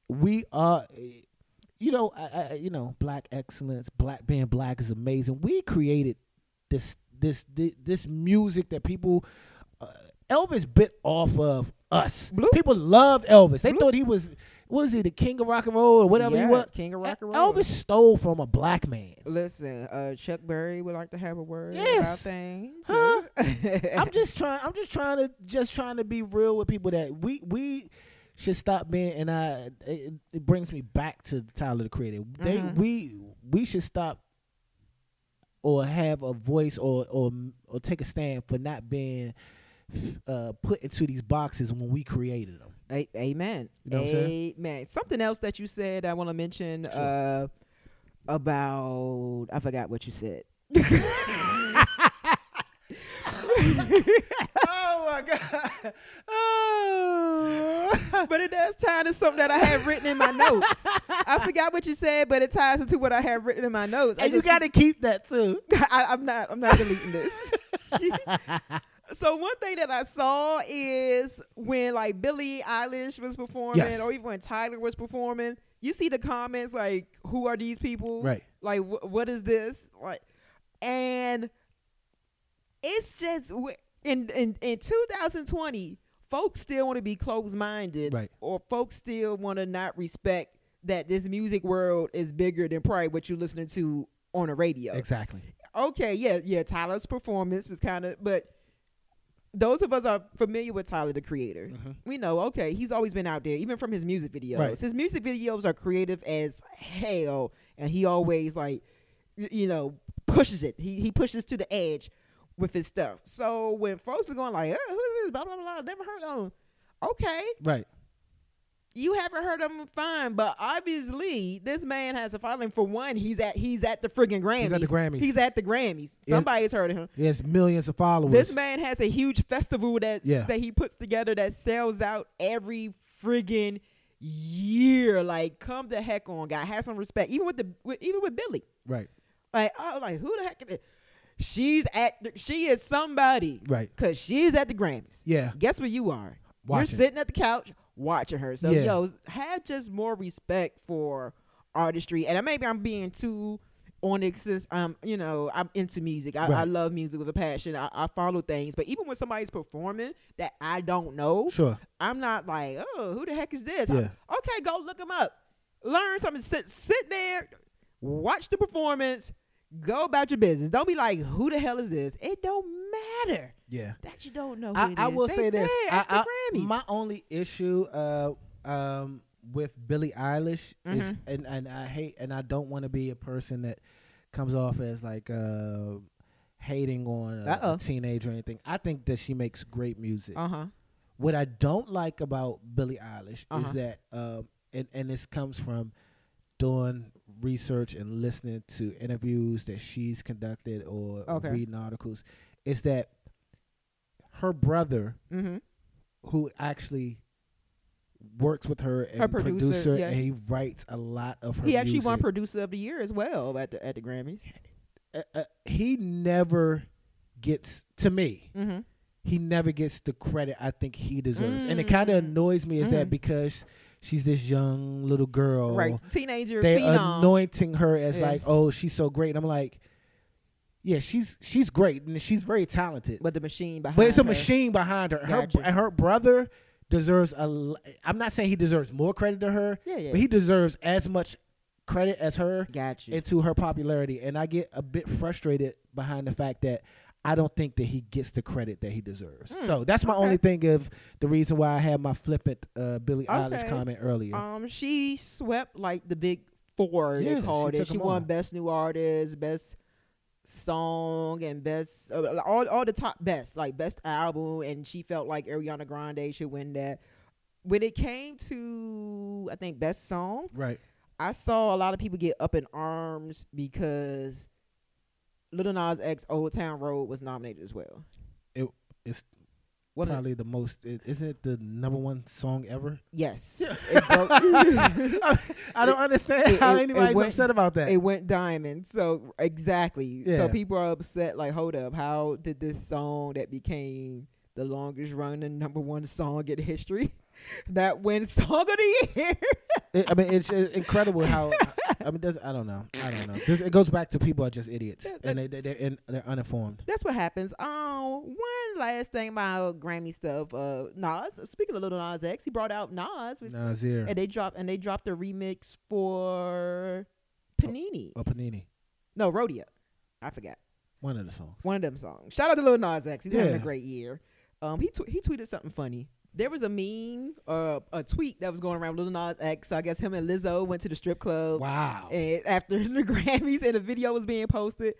D: we are. You know, I, I, you know, black excellence, black being black is amazing. We created this, this, this, this music that people, uh, Elvis bit off of us.
C: Bloop.
D: People loved Elvis. They thought he was, what was he, the king of rock and roll or whatever
C: Yeah,
D: he was. E,
C: king of rock and roll.
D: Elvis stole from a black man.
C: Listen, uh, Chuck Berry would like to have a word about
D: Yes.
C: things.
D: Huh? I'm just trying. I'm just trying to just trying to be real with people that we we should stop being. And I it, it brings me back to Tyler the Creator. They
C: Mm-hmm.
D: we we should stop or have a voice or or or take a stand for not being uh, put into these boxes when we created them.
C: A- amen.
D: You know what I'm saying?
C: Amen. Something else that you said I want to mention uh, about I forgot what you said.
D: Oh my god! Oh.
C: But it does tie into something that I had written in my notes. I forgot what you said, but it ties into what I had written in my notes. I
D: And you
C: just-
D: got to keep that too.
C: I, I'm not. I'm not deleting this. so one thing that I saw is when like Billie Eilish was performing,
D: Yes.
C: or even when Tyler was performing, you see the comments like, "Who are these people?
D: Right.
C: Like, wh- what is this? Like, and it's just w- in in in 2020, folks still want to be closed minded,
D: Right.
C: Or folks still want to not respect that this music world is bigger than probably what you're listening to on the radio.
D: Exactly.
C: Okay, yeah, yeah. Tyler's performance was kind of, but those of us are familiar with Tyler the Creator. We know, okay, he's always been out there, even from his music videos.
D: Right.
C: His music videos are creative as hell, and he always like, y- you know, pushes it. He he pushes to the edge. with his stuff. So when folks are going like, uh, who's this? Blah blah blah. Never heard of him. Okay,
D: Right.
C: you haven't heard of him, fine. But obviously, this man has a following. For one, he's at he's at the friggin' Grammys.
D: He's at the Grammys.
C: He's at the Grammys.
D: Yes.
C: Somebody's heard of him.
D: There's millions of followers.
C: This man has a huge festival that
D: Yeah.
C: that he puts together that sells out every friggin' year. Like, come the heck on, guy. Have some respect. Even with the with, even with Billy.
D: Right.
C: Like, oh, like who the heck is it? She's at the, she is somebody.
D: Right.
C: Cause she's at the Grammys.
D: Yeah.
C: Guess where you are? You're
D: Watching.
C: sitting at the couch watching her. So
D: Yeah.
C: yo, have just more respect for artistry. And I- maybe I'm being too on it since um you know I'm into music. I, I
D: Right.
C: love music with a passion. I, I follow things, but even when somebody's performing that I don't know,
D: Sure.
C: I'm not like oh who the heck is this?
D: Yeah.
C: okay, go look them up. Learn something. Sit sit there, watch the performance. Go about your business. Don't be like, who the hell is this? It don't matter
D: Yeah.
C: that you don't know. Who
D: I,
C: it
D: I
C: is.
D: will
C: They
D: say this.
C: there
D: I,
C: at the
D: I-
C: Grammys.
D: my only issue uh, um, with Billie Eilish
C: Mm-hmm.
D: is, and, and I hate, and I don't want to be a person that comes off as like uh, hating on a,
C: Uh-oh.
D: a teenager or anything. I think that she makes great music.
C: uh huh.
D: what I don't like about Billie Eilish
C: Uh-huh.
D: is that, um, and and this comes from doing research and listening to interviews that she's conducted or
C: Okay.
D: reading articles, is that her brother,
C: Mm-hmm.
D: who actually works with her and
C: producer, yeah.
D: and he writes a lot of her.
C: He actually won
D: music,
C: producer of the year as well at the at the Grammys.
D: uh, uh, he never gets to me.
C: Mm-hmm.
D: he never gets the credit I think he deserves. And
C: Mm-hmm.
D: it kind of annoys me is that because she's this young little girl,
C: Mm. Right, teenager
D: they're
C: phenom.
D: anointing her as
C: Yeah.
D: like, oh, she's so great. And I'm like, yeah, she's she's great and she's very talented, but,
C: but the machine behind.
D: it's a
C: her.
D: machine behind her. Her
C: Gotcha.
D: and her brother deserves a. l- I'm not saying he deserves more credit to her,
C: Yeah, yeah.
D: but he deserves as much credit as her
C: Got you.
D: into her popularity. And I get a bit frustrated behind the fact that I don't think that he gets the credit that he deserves.
C: Hmm,
D: so that's my only thing of the reason why I had my flippant uh, Billie
C: Okay.
D: Eilish comment earlier.
C: um, she swept like the big four.
D: Yeah,
C: they
D: she
C: called it.
D: took
C: She
D: 'em
C: won
D: all.
C: best new artist, best song, and best uh, all all the top best like best album. And she felt like Ariana Grande should win that. When it came to, I think best song,
D: right.
C: I saw a lot of people get up in arms because Little Nas X Old Town Road was nominated as well.
D: It, it's
C: What
D: probably the most. It, isn't it the number one song ever?
C: yes. It, broke,
D: I don't understand
C: it-
D: how
C: it- it
D: anybody's
C: went-
D: upset about that.
C: it went diamond. So exactly. So
D: Yeah.
C: people are upset like, hold up, how did this song that became the longest running number one song in history that win song of the year?
D: It- I mean, it's, it's incredible how. I mean, that's, I don't know. I don't know. This, it goes back to people are just idiots and they, they they're in, they're uninformed.
C: That's what happens. Um, one last thing about Grammy stuff. Uh, Nas. Speaking of Little Nas X, he brought out Nas, which
D: Nah, zero.
C: and they dropped and they dropped a remix for
D: Oh.
C: Panini.
D: Or Panini,
C: No, Rodeo. I forgot
D: one of the songs.
C: one of them songs. Shout out to Lil Nas X. He's having a
D: Yeah.
C: great year. Um, he tw- he tweeted something funny. There was a meme, uh, a tweet that was going around Lil Nas X. So I guess him and Lizzo went to the strip club.
D: Wow.
C: And after the Grammys and the video was being posted,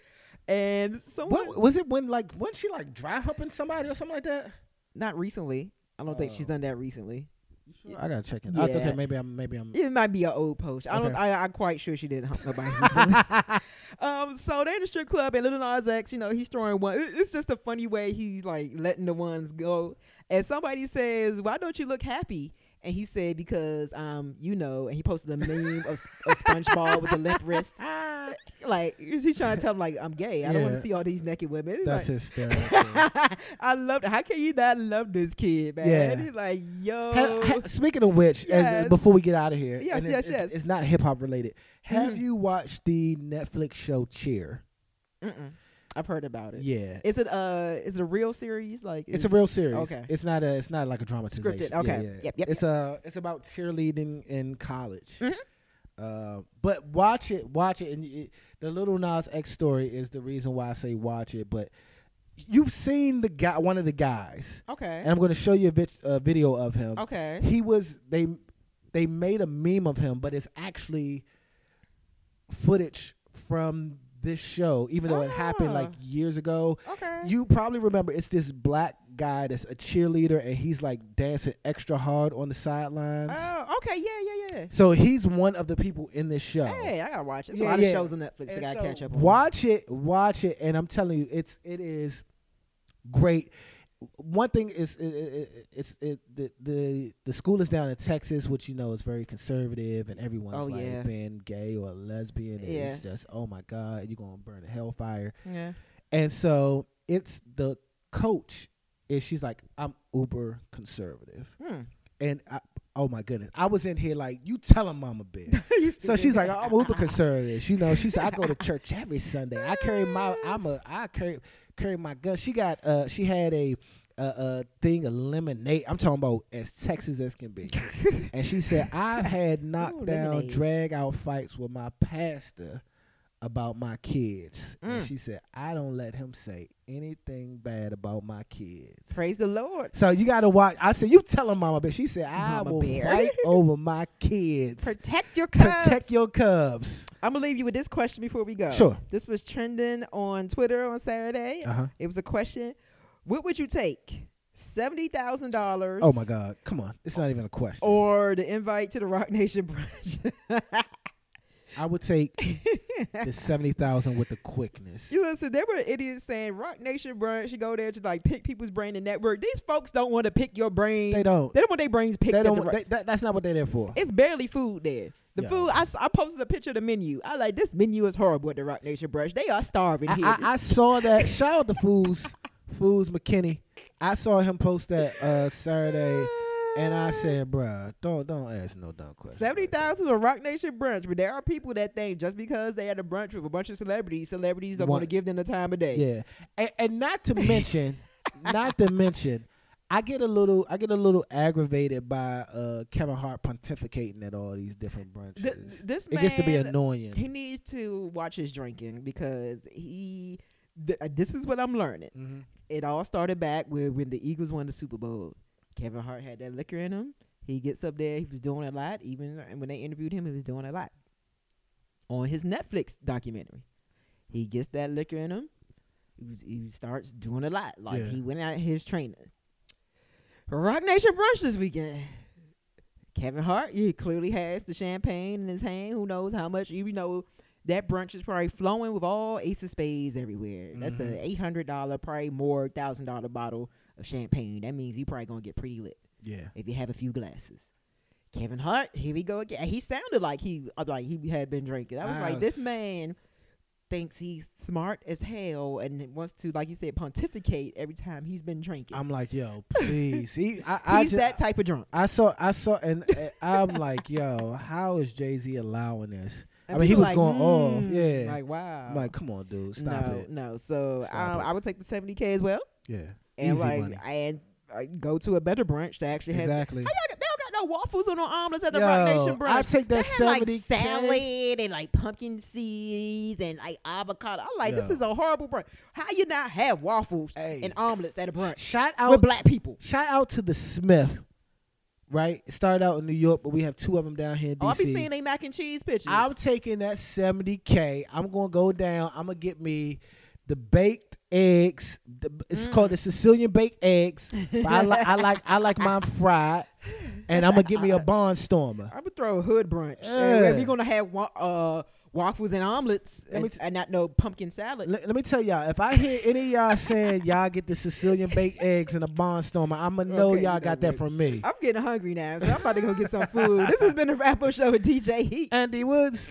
C: and someone
D: What was it when like when she like dry humping somebody or something like that?
C: not recently. I don't think she's
D: Oh.
C: done that recently.
D: I gotta check it.
C: Yeah.
D: I thought that maybe I'm maybe I'm
C: It might be an old post. I don't.
D: Okay.
C: I, I'm quite sure she didn't hump nobody. recently. um. So they in the strip club and Lil Nas X. You know, he's throwing one. it- It's just a funny way he's like letting the ones go. And somebody says, "Why don't you look happy?" And he said, "Because um, you know." And he posted a meme of, S- of SpongeBob with a limp wrist.
D: Ah,
C: Like he's trying to tell him, like I'm gay. I don't want to
D: Yeah.
C: see all these naked women. He's
D: that's
C: like,
D: hysterical.
C: I love. How can you not love this kid, man?
D: Yeah.
C: He's like, yo.
D: Ha- ha- speaking of which,
C: Yes.
D: as, before we get out of here,
C: Yes,
D: and
C: yes,
D: it's, it's-
C: yes.
D: it's not hip hop related. Have
C: Mhm.
D: you watched the Netflix show Cheer?
C: Mm-mm. I've heard about it.
D: Yeah,
C: Is it uh is it a real series? Like
D: it's
C: is-
D: a real series.
C: okay.
D: it's not a it's not like a dramatization. Yeah,
C: okay.
D: yeah.
C: Yep, yep, Mm-hmm.
D: It's uh it's about cheerleading in college. Uh, but watch it, watch it, and it, the little Nas X story is the reason why I say watch it. But you've seen the guy, one of the guys,
C: okay.
D: and I'm going to show you a, vid- a video of him.
C: okay.
D: He was they they made a meme of him, but it's actually footage from this show, even though it happened like
C: Ah.
D: years ago.
C: Okay.
D: You probably remember it's this black guy that's a cheerleader and he's like dancing extra hard on the sidelines.
C: Oh, okay. Yeah, yeah,
D: So he's one of the people in this show.
C: yeah. Hey, I gotta watch it. There's
D: Yeah,
C: a lot
D: yeah.
C: of shows on Netflix I
D: And
C: gotta
D: so
C: catch up on.
D: Watch it, watch it, and I'm telling you, it's it is great. One thing is, it, it, it's it, the the the school is down in Texas, which you know is very conservative, and everyone's
C: Oh,
D: like
C: yeah.
D: being gay or lesbian is just oh my god, you're gonna burn in hellfire.
C: Yeah.
D: And so it's the coach is she's like I'm uber conservative,
C: Hmm.
D: and I, oh my goodness, I was in here like you tell him mama bitch. So she's like, "Oh, I'm uber conservative. You know, she said I go to church every Sunday. I carry my, I'm a, I carry carry my gun. She got, uh, she had a, a, a thing of lemonade. I'm talking about as Texas as can be. and she said I had knockdown,
C: lemonade.
D: drag out fights with my pastor about my kids. And
C: Mm.
D: she said I don't let him say anything bad about my kids.
C: Praise the Lord.
D: so you gotta watch. I said, "You tell him, Mama." But she said, "I
C: Mama
D: will
C: bear.
D: fight over my kids."
C: Protect your cubs.
D: Protect your cubs.
C: I'm gonna leave you with this question before we go.
D: Sure. Uh-huh.
C: This was trending on Twitter on Saturday.
D: huh.
C: It was a question. What would you take? Seventy thousand dollars.
D: Oh my God! Come on, it's not even a question.
C: Or the invite to the Rock Nation brunch.
D: I would take the seventy thousand with the quickness.
C: you listen, there were idiots saying Rock Nation brunch. You go there to like pick people's brain and network. These folks don't want to pick your brain.
D: They don't.
C: They don't want their brains picked.
D: They
C: at the
D: don't.
C: Rock-
D: They, that, that's not what they're there for.
C: it's barely food there. The
D: Yeah.
C: food I, s- I posted a picture of the menu. I like this menu is horrible at the Rock Nation brunch. They are starving
D: I,
C: here.
D: I, I saw that. Shout out to Fools, Fools McKinney. I saw him post that uh, Saturday, and I said, "Bruh, don't don't ask no dumb questions."
C: Seventy thousand a Rock Nation brunch, but there are people that think just because they had a brunch with a bunch of celebrities, celebrities are
D: One-
C: going to give them the time of day.
D: Yeah, and, and not to mention, not to mention, I get a little, I get a little aggravated by uh, Kevin Hart pontificating at all these different brunches.
C: Th- this
D: it gets to be
C: man-
D: annoying.
C: He needs to watch his drinking because he. Th- uh, this is what I'm learning. It all started back with when the Eagles won the Super Bowl. Kevin Hart had that liquor in him. He gets up there. He was doing a lot. Even uh, when they interviewed him, he was doing a lot. On his Netflix documentary, he gets that liquor in him. He, was- he starts doing a lot. Like
D: Yeah.
C: he went out his training. Rock Nation brunch this weekend. Kevin Hart, he clearly has the champagne in his hand. Who knows how much? You know, that brunch is probably flowing with all ace of spades everywhere. That's
D: Mhm.
C: a eight hundred dollar, probably more thousand dollar bottle of champagne. That means you probably gonna get pretty lit
D: Yeah.
C: if you have a few glasses. Kevin Hart, here we go again. He sounded like he uh, like he had been drinking. I was
D: I
C: like, this
D: was-
C: man thinks he's smart as hell and wants to, like you said, pontificate every time he's been drinking.
D: I'm like, yo, please. He, I, I
C: he's
D: ju-
C: that type of drunk.
D: I saw, I saw, and uh, I'm like, yo, how is Jay Z allowing this? I
C: And
D: mean, he
C: people
D: was
C: like,
D: going off,
C: "Mm,"
D: yeah.
C: Like wow.
D: I'm like, come on, dude, stop
C: no,
D: it.
C: no. So
D: Stop
C: um,
D: it.
C: I would take the seventy k as well,
D: Yeah,
C: and
D: Easy
C: like
D: money.
C: and uh, go to a better brunch to actually have.
D: exactly.
C: How y'all- They don't got no waffles or no omelets at the Rock Nation brunch.
D: I take
C: They
D: that
C: had like
D: seventy
C: salad and like pumpkin seeds and like avocado. I'm like, this
D: Yo.
C: is a horrible brunch. How you not have waffles
D: Hey.
C: and omelets at a brunch
D: Shout
C: with
D: out
C: black people?
D: Shout out to the Smith, right? Started out in New York, but we have two of them down here in DC.
C: Oh, I'll be seeing they mac and cheese pictures.
D: I'm taking that 70K. I'm going to go down. I'm going to get me the baked eggs. The, it's called
C: Mm.
D: the Sicilian baked eggs. But I, li- I like I like mine fried. And I'm going to get me a barnstormer.
C: I would throw a hood brunch.
D: Yeah.
C: If you're gonna have wa- uh, waffles and omelets
D: me
C: and,
D: t-
C: and not no pumpkin salad,
D: L- let me tell y'all, if I hear any of y'all saying y'all get the Sicilian baked eggs and a barnstormer, I'm going to know
C: Okay,
D: y'all
C: you
D: got
C: know
D: that
C: what.
D: from me.
C: I'm getting hungry now, so I'm about to go get some food. This has been a wrap up show with DJ Heat.
D: Andy Woods.